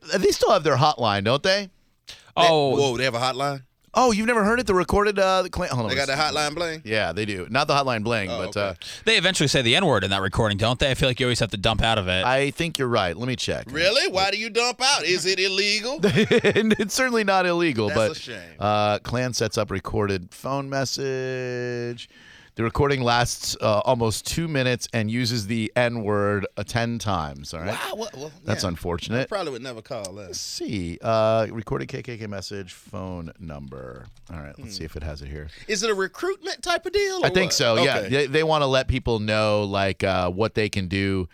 they still have their hotline, don't they? Oh, Whoa, they have a hotline. Oh, you've never heard it? The recorded uh, the Clan. Hold on, They got the hotline bling. Yeah, they do. Not the hotline bling, Oh, but uh, okay. they eventually say the N word in that recording, don't they? I feel like you always have to dump out of it. uh, I think you're right. Let me check. Really? Why do you dump out? Is it illegal? And it's certainly not illegal, That's but a shame. Uh, Clan sets up recorded phone message. The recording lasts uh, almost two minutes and uses the N word uh, ten times. All right, Wow, what- well, that's yeah. unfortunate. Probably would never call us. Let's see. Uh, recorded KKK message phone number. All right, Hmm. let's see if it has it here. Is it a recruitment type of deal? I or think what? so. Yeah, Okay. they, they want to let people know like uh, what they can do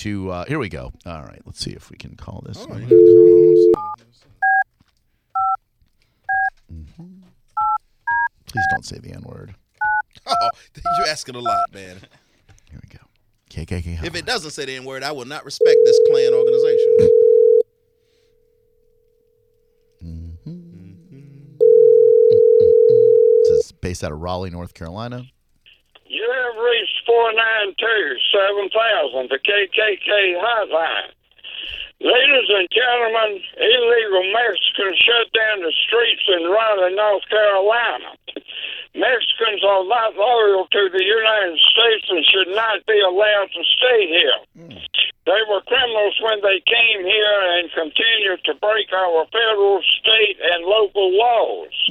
to. Uh, here we go. All right, let's see if we can call this. Oh, one. you gotta call. Mm-hmm. Please don't say the N word. Oh, you're asking a lot, man. Here we go. KKK. If hotline. it doesn't say the N word, I will not respect this Klan organization. This is based out of Raleigh, North Carolina. You have reached 492-7000, the KKK hotline. Ladies and gentlemen, illegal Mexicans shut down the streets in Raleigh, North Carolina. Mexicans are not loyal to the United States and should not be allowed to stay here. They were criminals when they came here and continue to break our federal, state, and local laws.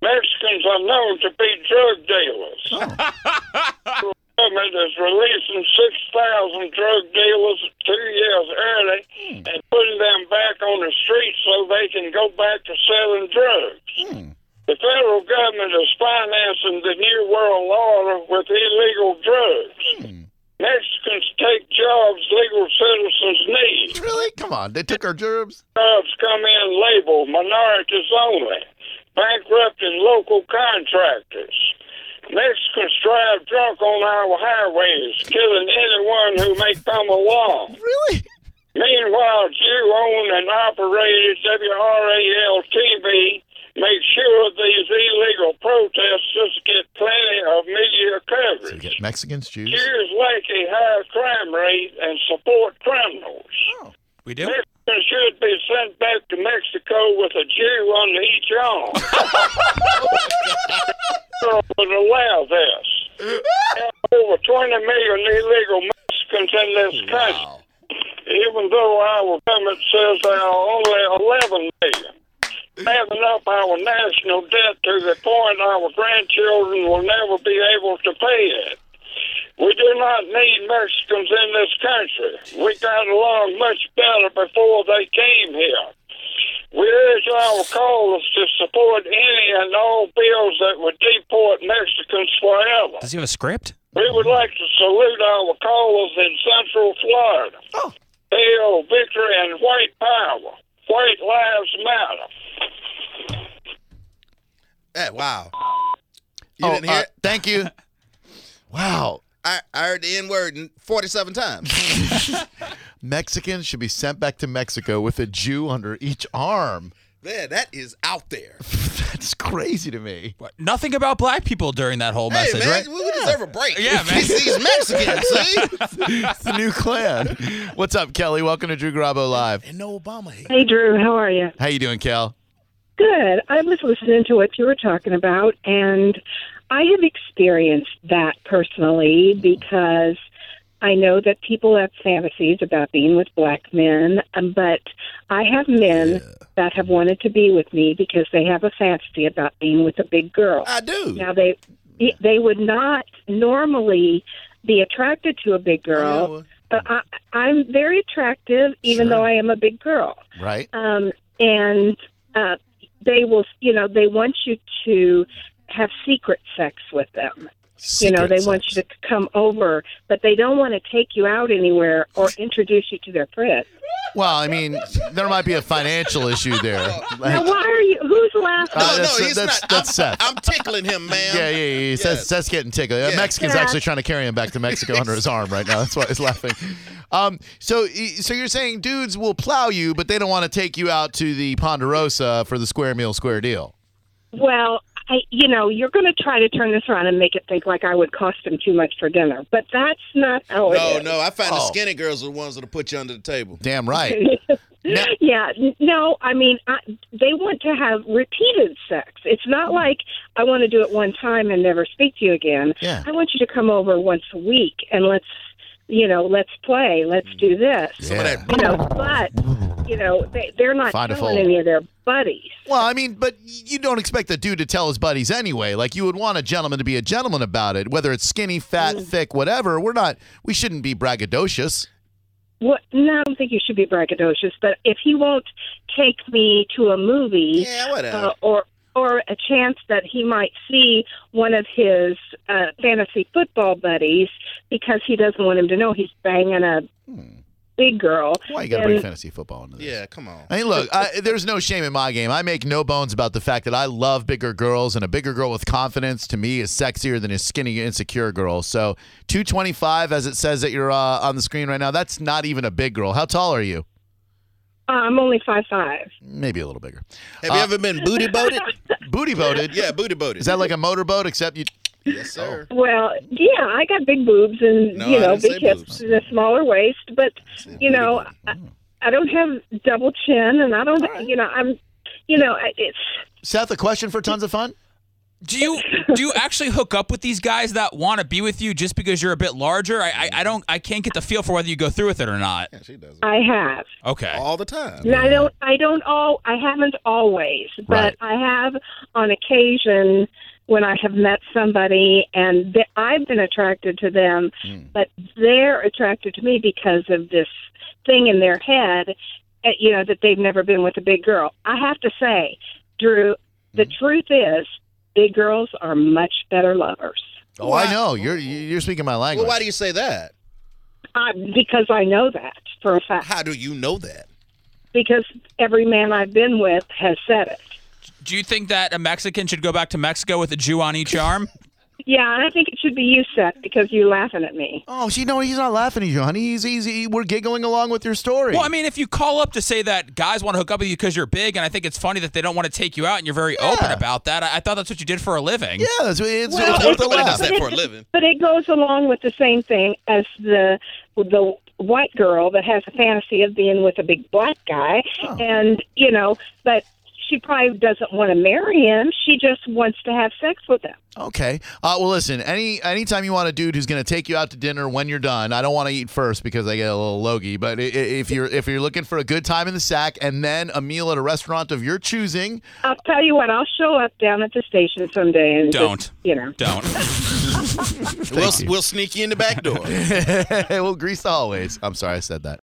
Mexicans are known to be drug dealers government is releasing 6,000 drug dealers two years early and putting them back on the streets so they can go back to selling drugs. Mm. The federal government is financing the New World Order with illegal drugs. Mexicans take jobs legal citizens need. Really? Come on. They took our germs. Jobs come in labeled minorities only, bankrupting local contractors. Mexicans drive drunk on our highways, killing anyone who may come along. Really? Meanwhile, Jew owned and operated WRAL TV make sure these illegal protesters get plenty of media So you coverage. get Mexicans, Jews. Jews like a high crime rate and support criminals. we do. Mexicans should be sent back to Mexico with a Jew on each arm. Oh, Europe would allow this. There are over 20 million illegal Mexicans in this country, even though our government says there are only 11 million. Adding up our national debt to the point our grandchildren will never be able to pay it. We do not need Mexicans in this country. We got along much better before they came here. We urge our callers to support any and all bills that would deport Mexicans forever. Does he have a script? We would like to salute our callers in Central Florida. Oh. They owe victory and white power. White lives matter. Eh, wow. You oh, didn't hear uh, it? thank you. Wow. I, I heard the N word 47 times. Mexicans should be sent back to Mexico with a Jew under each arm. Man, that is out there. That's crazy to me. What? Nothing about black people during that whole Hey, message, man, right? we, we deserve a break. Yeah, man. It's these Mexicans, see? It's the new clan. What's up, Kelly? Welcome to Drew Garabo Live. And no Obama hate. Hey, Drew, how are you? How you doing, Kel? Good. I was listening to what you were talking about, and I have experienced that personally because I know that people have fantasies about being with black men, um, but I have men that have wanted to be with me because they have a fantasy about being with a big girl. I do. Now they they would not normally be attracted to a big girl, Yeah, but I, I'm very attractive, even Sure. though I am a big girl Right? um, and uh, they will, you know, they want you to have secret sex with them. you know, Secret they want sex. you to come over, but they don't want to take you out anywhere or introduce you to their friends. Well, I mean, there might be a financial issue there. Now, Like, why are you? Who's laughing? Uh, No, that's- no, he's that's- not. that's I'm, Seth. I'm tickling him, man. yeah, yeah, yeah. yeah. Seth's, Seth's getting tickled. That Yeah. Mexican's Yeah. actually trying to carry him back to Mexico under his arm right now. That's why he's laughing. Um, so, so you're saying dudes will plow you, but they don't want to take you out to the Ponderosa for the square meal, square deal. Well, I, you know, you're going to try to turn this around and make it think like I would cost them too much for dinner, but that's not how it No, is. no, I find the Oh. skinny girls are the ones that'll put you under the table. Damn right. Now- Yeah, n- no, I mean, I, they want to have repeated sex. It's Mm. not like I want to do it one time and never speak to you again. Yeah. I want you to come over once a week and let's, you know, let's play, let's Mm. do this. Some of that. You know, but you know, they, they're not Find a telling fold. any of their buddies. Well, I mean, but you don't expect the dude to tell his buddies anyway. Like you would want a gentleman to be a gentleman about it, whether it's skinny, fat, thick, whatever. We're not. We shouldn't be braggadocious. What? No, I don't think you should be braggadocious. But if he won't take me to a movie, Yeah, whatever. uh, or or a chance that he might see one of his uh, fantasy football buddies because he doesn't want him to know he's banging a Hmm. big girl. Why you got to then- bring fantasy football into this? yeah, come on. I mean, look, I, there's no shame in my game. I make no bones about the fact that I love bigger girls, and a bigger girl with confidence to me is sexier than a skinny, insecure girl. So, 225, as it says that you're uh, on the screen right now, that's not even a big girl. How tall are you? Uh, I'm only five five. Maybe a little bigger. Uh, Have you ever been booty boated? Booty boated. yeah, booty boated. Is that like a motorboat, except you. yes, sir? Well, yeah, I got big boobs and No, you I know didn't say big hips boobs. and a smaller waist, but you know I, Hmm. I don't have double chin, and I don't you know I'm you know I- it's Seth, a question for tons of fun? Do you do you actually hook up with these guys that want to be with you just because you're a bit larger? I, I I don't I can't get the feel for whether you go through with it or not. Yeah, she does it I have. Oh, Okay. all the time. And I don't. I don't. All. I haven't always, but Right. I have on occasion when I have met somebody and th- I've been attracted to them, but they're attracted to me because of this thing in their head, uh, you know, that they've never been with a big girl. I have to say, Drew, the truth is, big girls are much better lovers. Oh, I know. You're you're speaking my language. Well, why do you say that? I, because I know that for a fact. How do you know that? Because every man I've been with has said it. Do you think that a Mexican should go back to Mexico with a Jew on each arm? Yeah, and I think it should be you, Seth, because you're laughing at me. oh, she no, he's not laughing at you, honey. He's easy. We're giggling along with your story. Well, I mean, if you call up to say that guys want to hook up with you because you're big, and I think it's funny that they don't want to take you out, and you're very open about that. I, I thought that's what you did for a living. yeah, that's it's, Well, it's worth a it's- Everybody does laugh. that But for a it- living. But it goes along with the same thing as the the white girl that has a fantasy of being with a big black guy, Oh. and you know, but she probably doesn't want to marry him. She just wants to have sex with him. Okay. Uh, well, listen. Any anytime you want a dude who's going to take you out to dinner when you're done. I don't want to eat first because I get a little logy. But i- i- if you're if you're looking for a good time in the sack and then a meal at a restaurant of your choosing, I'll tell you what. I'll show up down at the station someday and just, Don't. you know? Don't. We'll, we'll sneak you in the back door. Oh, we'll grease the hallways. I'm sorry I said that.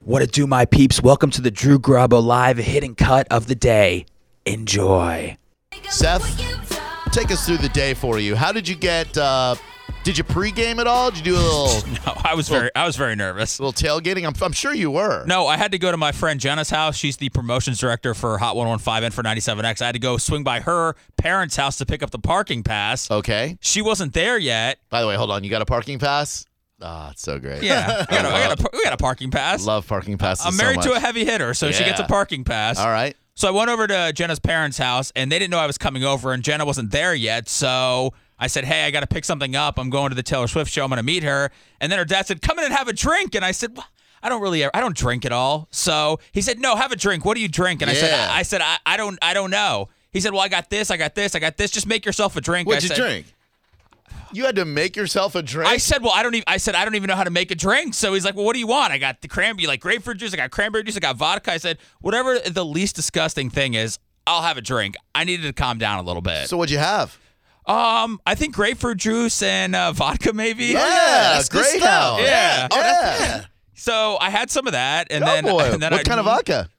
What it do, my peeps? Welcome to the Drew Garabo live hidden cut of the day. Enjoy. Seth, take us through the day for you. How did you get? Uh, did you pregame at all? Did you do a little No, I was very I was very nervous. little tailgating? I'm, I'm sure you were. No, I had to go to my friend Jenna's house. She's the promotions director for Hot 115 and for 97X. I had to go swing by her parents' house to pick up the parking pass. Okay. She wasn't there yet. By the way, hold on. You got a parking pass? Ah, it's so great. Yeah, I got a, I got a, love, par- we got a parking pass. love parking passes. I'm so married to a much. heavy hitter, so she gets a Yeah. parking pass. All right. So I went over to Jenna's parents' house, and they didn't know I was coming over, and Jenna wasn't there yet. So I said, "Hey, I got to pick something up. I'm going to the Taylor Swift show. I'm going to meet her." And then her dad said, "Come in and have a drink." And I said, "Wha- "I don't really, I don't drink at all." So he said, "No, have a drink. What do you drink?" And I said, Yeah. "I, I said I, I don't, I don't know." He said, "Well, I got this. I got this. I got this. Just make yourself a drink." I What'd you said- drink? You had to make yourself a drink. I said, well, I don't even. I said, I don't even know how to make a drink. So he's like, well, what do you want? I got the cranberry, like grapefruit juice. I got cranberry juice. I got vodka. I said, whatever the least disgusting thing is, I'll have a drink. I needed to calm down a little bit. so what'd you have? um, I think grapefruit juice and uh, vodka, maybe. yeah, that's good stuff. Ah, Greyhound. Yeah. Oh, that's- yeah. So I had some of that, and Oh, then, boy. and then what I, kind of vodka?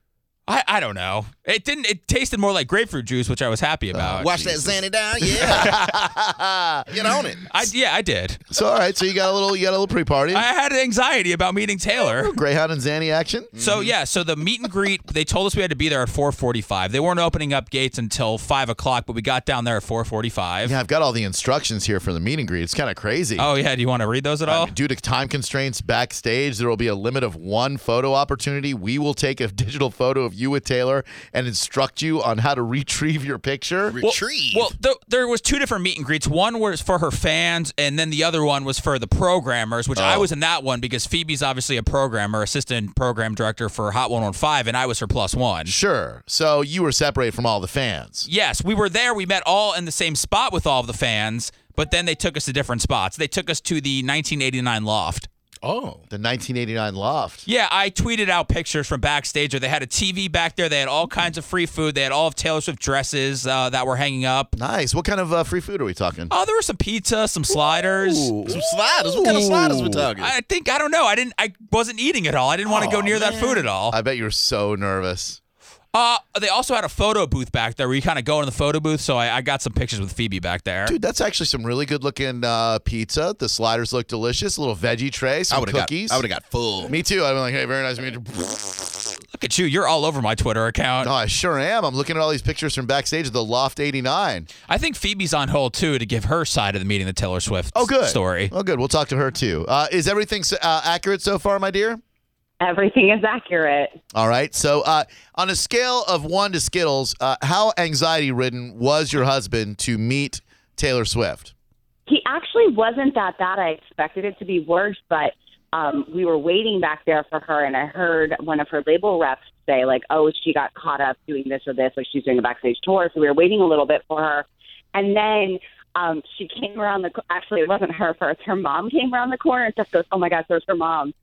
I, I don't know. It didn't. It tasted more like grapefruit juice, which I was happy Uh, about. Wash that Xanny down? Yeah. Get on it. I, yeah, I did. so all right, so you got a little, you got a little pre-party. I had anxiety about meeting Taylor. Greyhound and Zanny action. So yeah, so the meet and greet, they told us we had to be there at 4:45. They weren't opening up gates until five o'clock, but we got down there at 4:45. Yeah, I've got all the instructions here for the meet and greet. It's kind of crazy. Oh yeah, do you want to read those at all? Due to time constraints backstage, there will be a limit of one photo opportunity. We will take a digital photo of of you with Taylor and instruct you on how to retrieve your picture? Retrieve. Well, th- there was two different meet and greets. One was for her fans, and then the other one was for the programmers, which I was in that one because Phoebe's obviously a programmer, assistant program director for Hot 115, and I was her plus one. Sure. So you were separated from all the fans. Yes, we were there. We met all in the same spot with all of the fans, but then they took us to different spots. They took us to the 1989 loft. oh. The 1989 Loft. Yeah, I tweeted out pictures from backstage. Or they had a TV back there. They had all kinds of free food. They had all of Taylor Swift dresses uh, that were hanging up. Nice. What kind of uh, free food are we talking? Oh, there was some pizza, some sliders. Some sliders. What kind of sliders we talking? I think I don't know. I didn't. I wasn't eating at all. I didn't want to go near that food at all. I bet you're so nervous. Uh, they also had a photo booth back there where you kind of go in the photo booth. So I, I got some pictures with Phoebe back there. Dude, that's actually some really good looking uh, pizza. The sliders look delicious. A little veggie tray, I some would have got. cookies. I would have got full. Me too. I'm like, hey, very nice to meet you. Look at you. You're all over my Twitter account. No, I sure am. I'm looking at all these pictures from backstage of the Loft 89. I think Phoebe's on hold too to give her side of the meeting the Taylor Swift Oh, good. story. Oh, good. We'll talk to her too. Uh, is everything s- uh, accurate so far, my dear? Everything is accurate. All right. So, uh, on a scale of one to Skittles, uh, how anxiety ridden was your husband to meet Taylor Swift? He actually wasn't that bad. I expected it to be worse, but um, we were waiting back there for her, and I heard one of her label reps say, like, oh, she got caught up doing this or this, like she's doing a backstage tour. So we were waiting a little bit for her. And then um, she came around the co- actually, it wasn't her first. Her mom came around the corner and Steph goes, oh my gosh, there's her mom.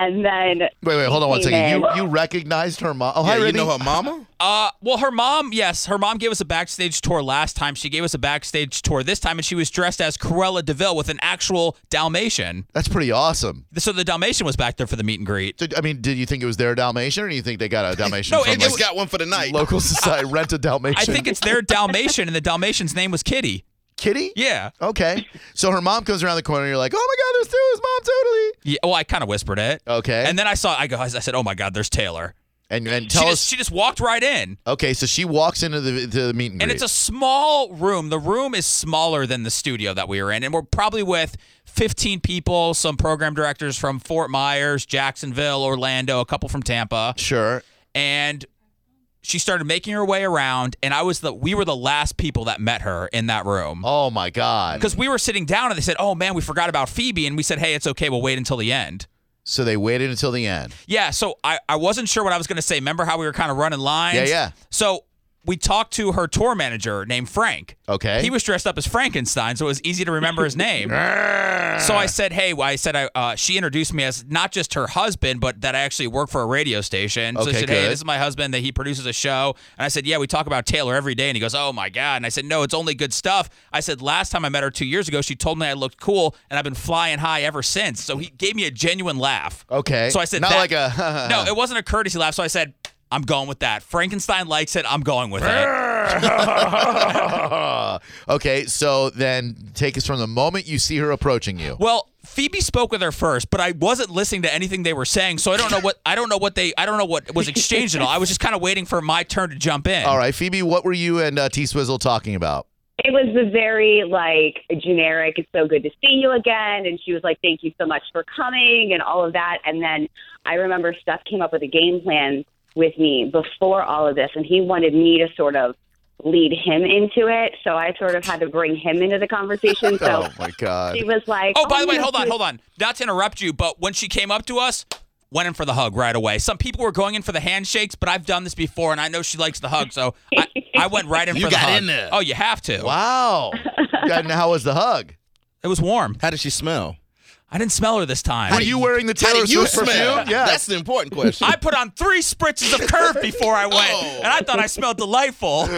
And then Wait, wait, hold on one Hey, second. You man. you recognized her mom? Oh, Yeah, hi, you Ribby. know her mama? Uh, well, her mom, yes, her mom gave us a backstage tour last time. She gave us a backstage tour this time, and she was dressed as Cruella Deville with an actual Dalmatian. That's pretty awesome. So the Dalmatian was back there for the meet and greet. Did, I mean, did you think it was their Dalmatian, or do you think they got a Dalmatian No, from it like, Just got one for the night. local society? Rent a Dalmatian. I think it's their Dalmatian, and the Dalmatian's name was Kitty. Kitty. Yeah. Okay. So her mom comes around the corner. and You're like, oh my God, there's Taylor's mom, totally. Yeah, well, I kind of whispered it. Okay. And then I saw, I go, I said, oh my God, there's Taylor. And and she, tell just, us. she just walked right in. Okay, so she walks into the to the meet and And greet. it's a small room. The room is smaller than the studio that we were in. And we're probably with 15 people, some program directors from Fort Myers, Jacksonville, Orlando, a couple from Tampa. sure. And she started making her way around. And I was the, we were the last people that met her in that room. Oh my God. Because we were sitting down and they said, oh man, we forgot about Phoebe. And we said, hey, it's okay. We'll wait until the end. So they waited until the end. Yeah, so I, I wasn't sure what I was going to say. Remember how we were kind of running lines? Yeah, yeah. So we talked to her tour manager named Frank. Okay. He was dressed up as Frankenstein, so it was easy to remember his name. so I said, hey, well, I said, I, uh, she introduced me as not just her husband, but that I actually work for a radio station. so I Okay, said, hey, good. this is my husband, that he produces a show. And I said, yeah, we talk about Taylor every day. And he goes, oh my God. And I said, no, it's only good stuff. I said, last time I met her two years ago, she told me I looked cool, and I've been flying high ever since. So he gave me a genuine laugh. Okay. So I said, not that- like a. no, it wasn't a courtesy laugh. So I said, I'm going with that. Frankenstein likes it. I'm going with it. okay, so then take us from the moment you see her approaching you. Well, Phoebe spoke with her first, but I wasn't listening to anything they were saying, so I don't know what I don't know what they I don't know what was exchanged at all. I was just kind of waiting for my turn to jump in. All right, Phoebe, what were you and uh, T Swizzle talking about? it was the very like generic it's so good to see you again and she was like thank you so much for coming and all of that and then i remember steph came up with a game plan with me before all of this and he wanted me to sort of lead him into it so i sort of had to bring him into the conversation so Oh my God. she was like Oh, by the you way, know, hold on, she- hold on. Not to interrupt you, but when she came up to us, went in for the hug right away. Some people were going in for the handshakes, but I've done this before, and I know she likes the hug, so I, I went right in You for the got hug. in there. Oh, you have to. Wow. and how was the hug? It was warm. How did she smell? I didn't smell her this time. Were you wearing the How Taylor did you Swift smell? perfume? Yeah. That's the important question. I put on three spritzes of curve before I went, Oh. and I thought I smelled delightful.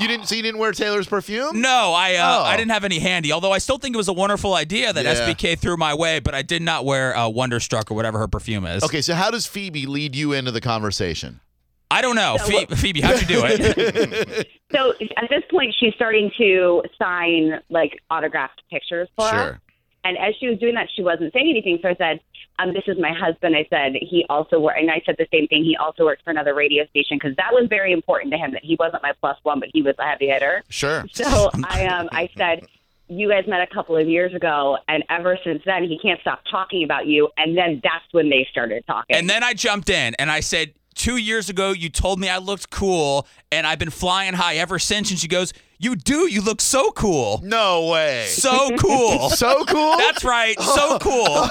you didn't. So you didn't wear Taylor's perfume? No, I uh, Oh. I didn't have any handy. Although I still think it was a wonderful idea that Yeah. SBK threw my way, but I did not wear uh, Wonderstruck or whatever her perfume is. Okay, so how does Phoebe lead you into the conversation? I don't know, Phoebe, Phoebe. How'd you do it? so at this point she's starting to sign like autographed pictures for us And as she was doing that, she wasn't saying anything. So I said, um, "This is my husband." I said, "He also worked," and I said the same thing. He also worked for another radio station because that was very important to him that he wasn't my plus one, but he was a heavy hitter. Sure. So I, um, I said, "You guys met a couple of years ago, and ever since then, he can't stop talking about you." And then that's when they started talking. and then I jumped in and I said, Two years ago, you told me I looked cool, and I've been flying high ever since. And she goes, You do. You look so cool. No way. So cool. So cool. That's right. So cool.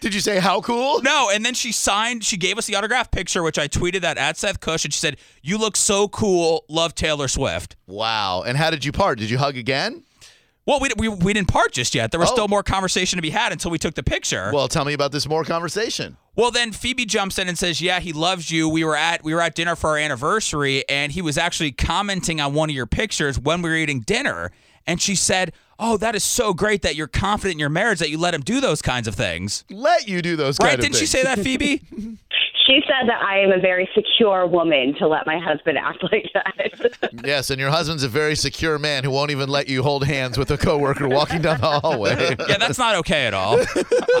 Did you say how cool? No, and then she signed, she gave us the autograph picture, which I tweeted that at Seth Cush, and she said, You look so cool. Love Taylor Swift. Wow. And how did you part? Did you hug again? Well, we, we, we didn't part just yet. There was Oh. still more conversation to be had until we took the picture. Well, Well, tell me about this more conversation. then Phoebe jumps in and says, "Yeah, he loves you. We were at we were at dinner for our anniversary, and he was actually commenting on one of your pictures when we were eating dinner." And she said, "Oh, that is so great that you're confident in your marriage that you let him do those kinds of things." Let you do those Right? kind of Didn't she things. say that, Phoebe? She said that I am a very secure woman to let my husband act like that. Yes, and your husband's a very secure man who won't even let you hold hands with a coworker walking down the hallway. yeah, that's not okay at all.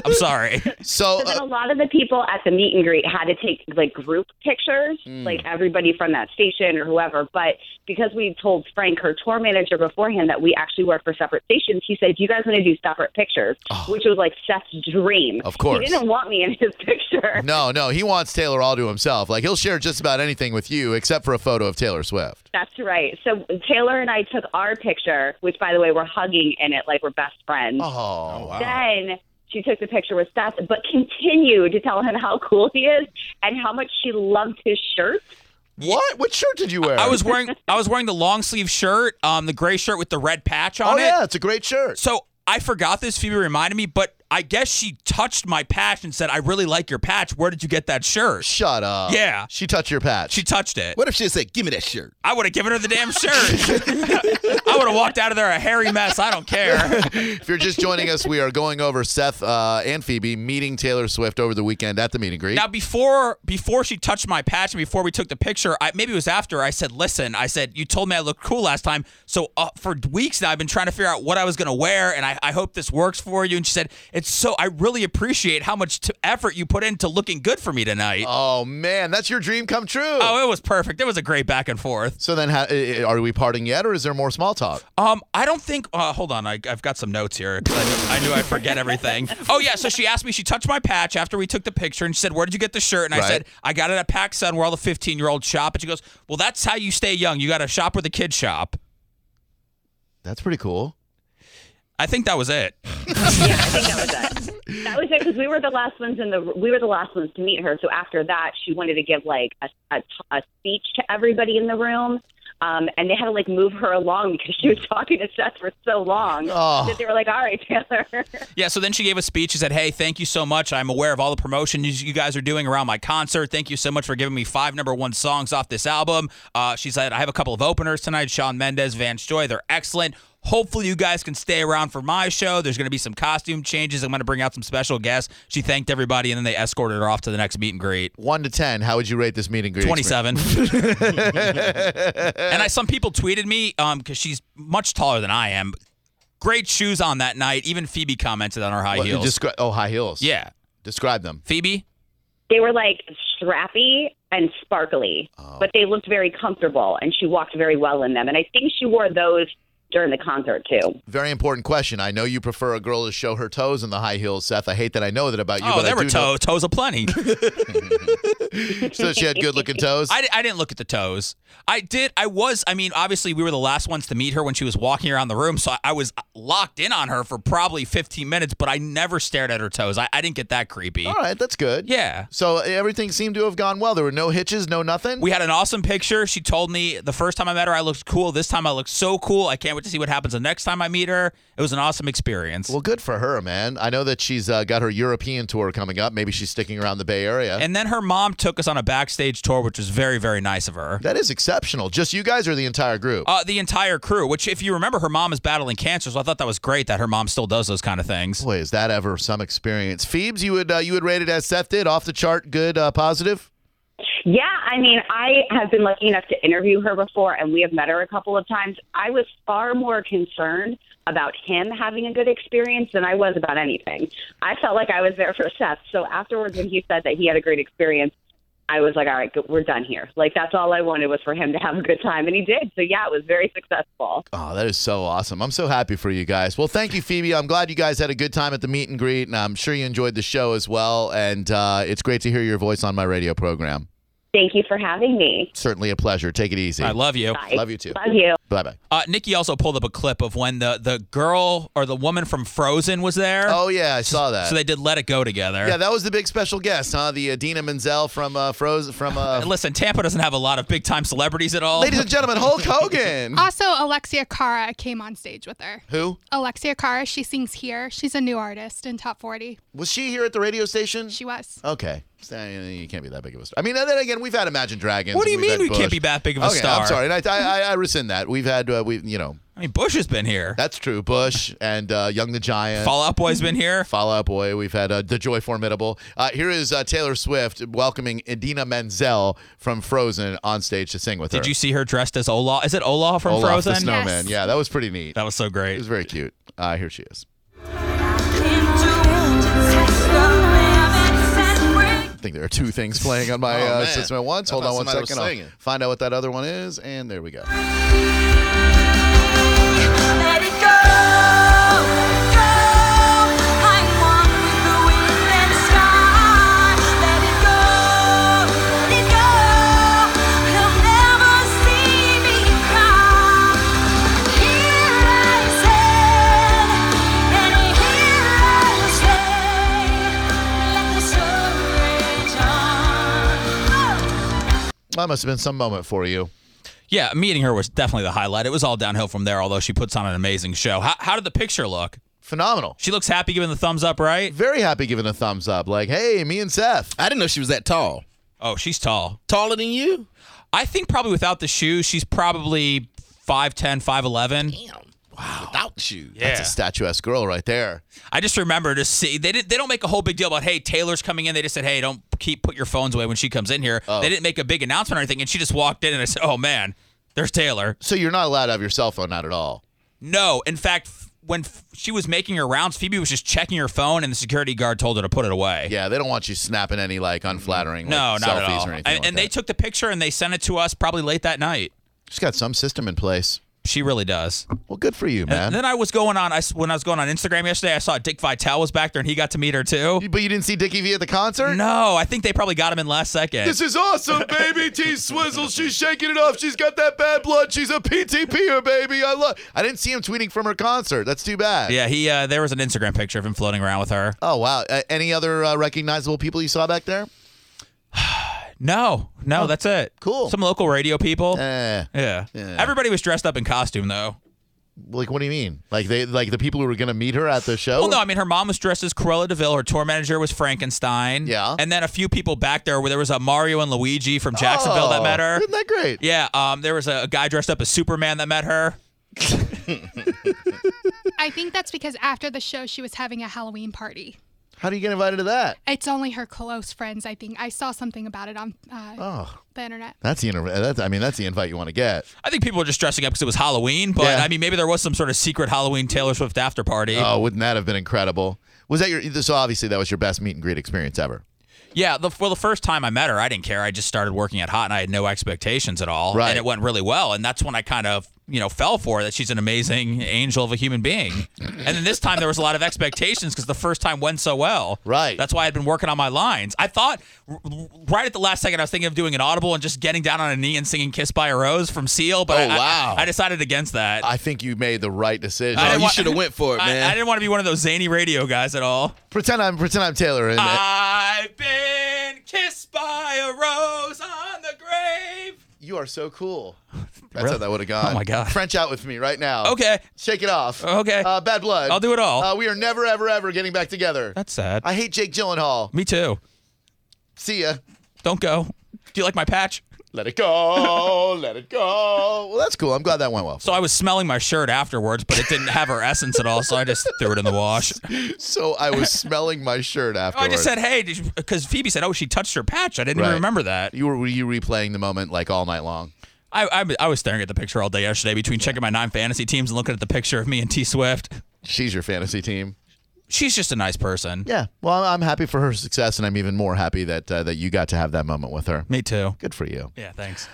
I'm sorry. So, So then uh, a lot of the people at the meet and greet had to take like group pictures, Mm. like everybody from that station or whoever. But because we told Frank, her tour manager beforehand, that we actually work for separate stations, he said, "You guys want to do separate pictures," which was like Seth's dream. Oh. Of course. he didn't want me in his picture. no, no, he wants Taylor all to himself. Like he'll share just about anything with you except for a photo of Taylor Swift. That's right. So Taylor and I took our picture, which by the way, we're hugging in it like we're best friends. Oh, wow. Then she took the picture with Seth, but continued to tell him how cool he is and how much she loved his shirt. What? What shirt did you wear? I was wearing I was wearing the long sleeve shirt, um, the gray shirt with the red patch on Oh it. yeah, it's a great shirt. So I forgot this. Phoebe reminded me, but I guess she touched my patch and said, "I really like your patch. Where did you get that shirt?" Shut up. Yeah. She touched your patch. She touched it. What if she had said, "Give me that shirt"? I would have given her the damn shirt. I would have walked out of there a hairy mess. I don't care. if you're just joining us, we are going over Seth uh, and Phoebe meeting Taylor Swift over the weekend at the meet and greet. Now before before she touched my patch and before we took the picture, I, maybe it was after. I said, "Listen, I said you told me I looked cool last time, so uh, for weeks now I've been trying to figure out what I was gonna wear, and I, I hope this works for you." And she said, "It's so I really appreciate how much t- effort you put into looking good for me tonight." oh man, that's your dream come true. oh, it was perfect. It was a great back and forth. so then, how, i- i- are we parting yet, or is there more small talk? Um, I don't think. Uh, hold on, I, I've got some notes here. 'cause I, knew- I knew I forget everything. Oh yeah, so she asked me. She touched my patch after we took the picture, and she said, "Where did you get the shirt?" And I Right. said, "I got it at Pac Sun, where all the 15 year olds shop." And she goes, "Well, that's how you stay young. You got to shop where the kids shop." That's pretty cool. I think that was it. Yeah, I think that was it. That was it because we were the last ones in the we were the last ones to meet her. So after that, she wanted to give like a, a, a speech to everybody in the room. Um, and they had to like move her along because she was talking to Seth for so long Oh. that they were like, "All right, Taylor." Yeah. So then she gave a speech. She said, "Hey, thank you so much. I'm aware of all the promotion you you guys are doing around my concert. Thank you so much for giving me five number one songs off this album." Uh, she said, "I have a couple of openers tonight. Sean Mendez, Vance Joy. They're excellent." Hopefully, you guys can stay around for my show. There's going to be some costume changes. I'm going to bring out some special guests. She thanked everybody, and then they escorted her off to the next meet and greet. One to ten, how would you rate this meet and greet? 27. and I some people tweeted me um because she's much taller than I am. Great shoes on that night. Even Phoebe commented on her high experience? heels. Descri- oh, high heels. yeah. Describe them. Phoebe? they were like strappy and sparkly, but they looked very comfortable, and she walked very well in them. And I think she wore those during the concert too. Very important question. I know you prefer a girl to show her toes in the high heels, Seth. I hate that I know that about you. oh, but I there were do know- toe, toes aplenty. So she had good looking toes. I, di- I didn't look at the toes. I did. I was. I mean, obviously, we were the last ones to meet her when she was walking around the room, so I, I was uh, locked in on her for probably 15 minutes. But I never stared at her toes. I, I didn't get that creepy. All right, that's good. Yeah. So eh, everything seemed to have gone well. There were no hitches, no nothing. We had an awesome picture. She told me the first time I met her, I looked cool. This time I looked so cool. I can't wait to see what happens the next time I meet her. It was an awesome experience. well, good for her, man. I know that she's uh, got her European tour coming up. Maybe she's sticking around the Bay Area. and then her mom took us on a backstage tour, which was very, very nice of her. that is exceptional. Just you guys or the entire group? Uh, the entire crew, which, if you remember, her mom is battling cancer, so I thought that was great that her mom still does those kind of things. Boy, is that ever some experience? Phoebes, you would uh, you would rate it as Seth did, off the chart, good, uh, positive. Yeah, I mean, I have been lucky enough to interview her before, and we have met her a couple of times. I was far more concerned about him having a good experience than I was about anything. I felt like I was there for Seth. So afterwards, when he said that he had a great experience, I was like, all right, good, we're done here. Like, that's all I wanted was for him to have a good time, and he did. So, yeah, it was very successful. Oh, that is so awesome. I'm so happy for you guys. Well, thank you, Phoebe. I'm glad you guys had a good time at the meet and greet, and I'm sure you enjoyed the show as well. And uh, it's great to hear your voice on my radio program. Thank you for having me. Certainly a pleasure. Take it easy. I love you. Bye. Love you too. Love you. Bye bye. Uh, Nikki also pulled up a clip of when the, the girl or the woman from Frozen was there. Oh yeah, I saw that. So they did Let It Go together. yeah, that was the big special guest, huh? The Adina Menzel from uh, Frozen. From uh, And Listen, Tampa doesn't have a lot of big time celebrities at all. ladies and gentlemen, Hulk Hogan. Also, Alexia Cara came on stage with her. Who Alexia Cara, she sings here. She's a new artist in top 40. was she here at the radio station? She was. Okay. So, I mean, You can't be that big of a star. I mean, then again, we've had Imagine Dragons. What do you and we've mean had we Bush. can't be that big of a okay, star? I'm sorry. I, I, I rescind that. We've had, uh, we, you know, I mean, Bush has been here. that's true. Bush and uh, Young the Giant. Fall Out Boy's been here. Fall Out Boy. We've had uh, The Joy Formidable. Uh, here is uh, Taylor Swift welcoming Idina Menzel from Frozen on stage to sing with her. Did you see her dressed as Olaf? Is it Olaf from Olaf the Frozen? Snowman. Yes. Yeah, that was pretty neat. That was so It was great. very cute. Uh, here she is. I think there are two things playing on my Oh, uh, man. system at once. I Hold thought on one somebody was second. I'll singing. find out what that other one is, and there we go. That must have been some moment for you. Yeah, meeting her was definitely the highlight. It was all downhill from there, although she puts on an amazing show. How, how did the picture look? Phenomenal. She looks happy giving the thumbs up, right? Very happy giving a thumbs up. Like, hey, me and Seth. I didn't know she was that tall. Oh, she's tall. Taller than you? I think probably without the shoes, she's probably 5'10, 5'11. Damn. Wow. Without the shoes. That's a statuesque girl right there. I just remember to see they didn't they don't make a whole big deal about hey Taylor's coming in. They just said hey don't keep put your phones away when she comes in here. Oh. They didn't make a big announcement or anything, and she just walked in and I said oh man, there's Taylor. So you're not allowed to have your cell phone out at all. No, in fact f- when f- she was making her rounds, Phoebe was just checking her phone, and the security guard told her to put it away. Yeah, they don't want you snapping any like unflattering No, like, selfies not at all. or And, anything. like and they that. took the picture and they sent it to us probably late that night. she's got some system in place. She really does. Well, good for you, And man. then I was going on. I s- when I was going on Instagram yesterday, I saw Dick Vitale was back there, and he got to meet her too. You- but you didn't see Dickie V at the concert. No, I think they probably got him in last second. This is awesome, baby. T Swizzle, she's shaking it off. She's got that bad blood. She's a PTPer, baby. I love. I didn't see him tweeting from her concert. That's too bad. Yeah, he. Uh, there was an Instagram picture of him floating around with her. Oh wow. Uh, any other uh, recognizable people you saw back there? No, no, that's it. Oh, cool. Some local radio people. Eh. yeah. yeah. Everybody was dressed up in costume though. Like, what do you mean? Like they like the people who were gonna meet her at the show? Well, no, I mean her mom was dressed as Cruella Deville. Her tour manager was Frankenstein. Yeah. And then a few people back there where there was a Mario and Luigi from Jacksonville that Oh, met her. Isn't that great? Yeah. Um. There was a, a guy dressed up as Superman that met her. I think that's because after the show, she was having a Halloween party. How do you get invited to that? It's only her close friends, I think. I saw something about it on uh, Oh, the internet. that's the inter- that's, I mean, that's the invite you want to get. I think people were just dressing up because it was Halloween. But Yeah. I mean, maybe there was some sort of secret Halloween Taylor Swift after party. Oh, wouldn't that have been incredible? Was that your? So obviously, that was your best meet and greet experience ever. Yeah, the, well, the first time I met her, I didn't care. I just started working at Hot, and I had no expectations at all. Right. and it went really well. And that's when I kind of, you know, fell for that she's an amazing angel of a human being. and then this time there was a lot of expectations because the first time went so well. Right. That's why I'd been working on my lines. I thought r- r- right at the last second I was thinking of doing an audible and just getting down on a knee and singing "Kiss by a Rose" from Seal. But Oh, I- I, wow. I, decided against that. I think you made the right decision. I Oh, didn't you wa- should have went for it, I- man. I didn't want to be one of those zany radio guys at all. pretend I'm pretend I'm Taylor. And, Uh, I've been kissed by a rose on the grave. you are so cool. That's how Really? that would have gone. Oh, my God. French out with me right now. Okay. Shake it off. Okay. Uh, bad blood. I'll do it all. Uh, we are never ever ever getting back together. That's sad. I hate Jake Gyllenhaal. Me too. See ya. Don't go. Do you like my patch? Let it go. let it go. Well, that's cool. I'm glad that went well. So I was smelling my shirt afterwards, but it didn't have her essence at all, so I just threw it in the wash. So I was smelling my shirt Oh, I afterwards. just said, hey, because Phoebe said, oh, she touched her patch. I didn't Right. even remember that. you were, were you replaying the moment like all night long? I, I, I was staring at the picture all day yesterday between checking my nine fantasy teams and looking at the picture of me and T Swift. She's your fantasy team. She's just a nice person. Yeah. Well, I'm happy for her success, and I'm even more happy that uh, that you got to have that moment with her. Me too. Good for you. Yeah, thanks.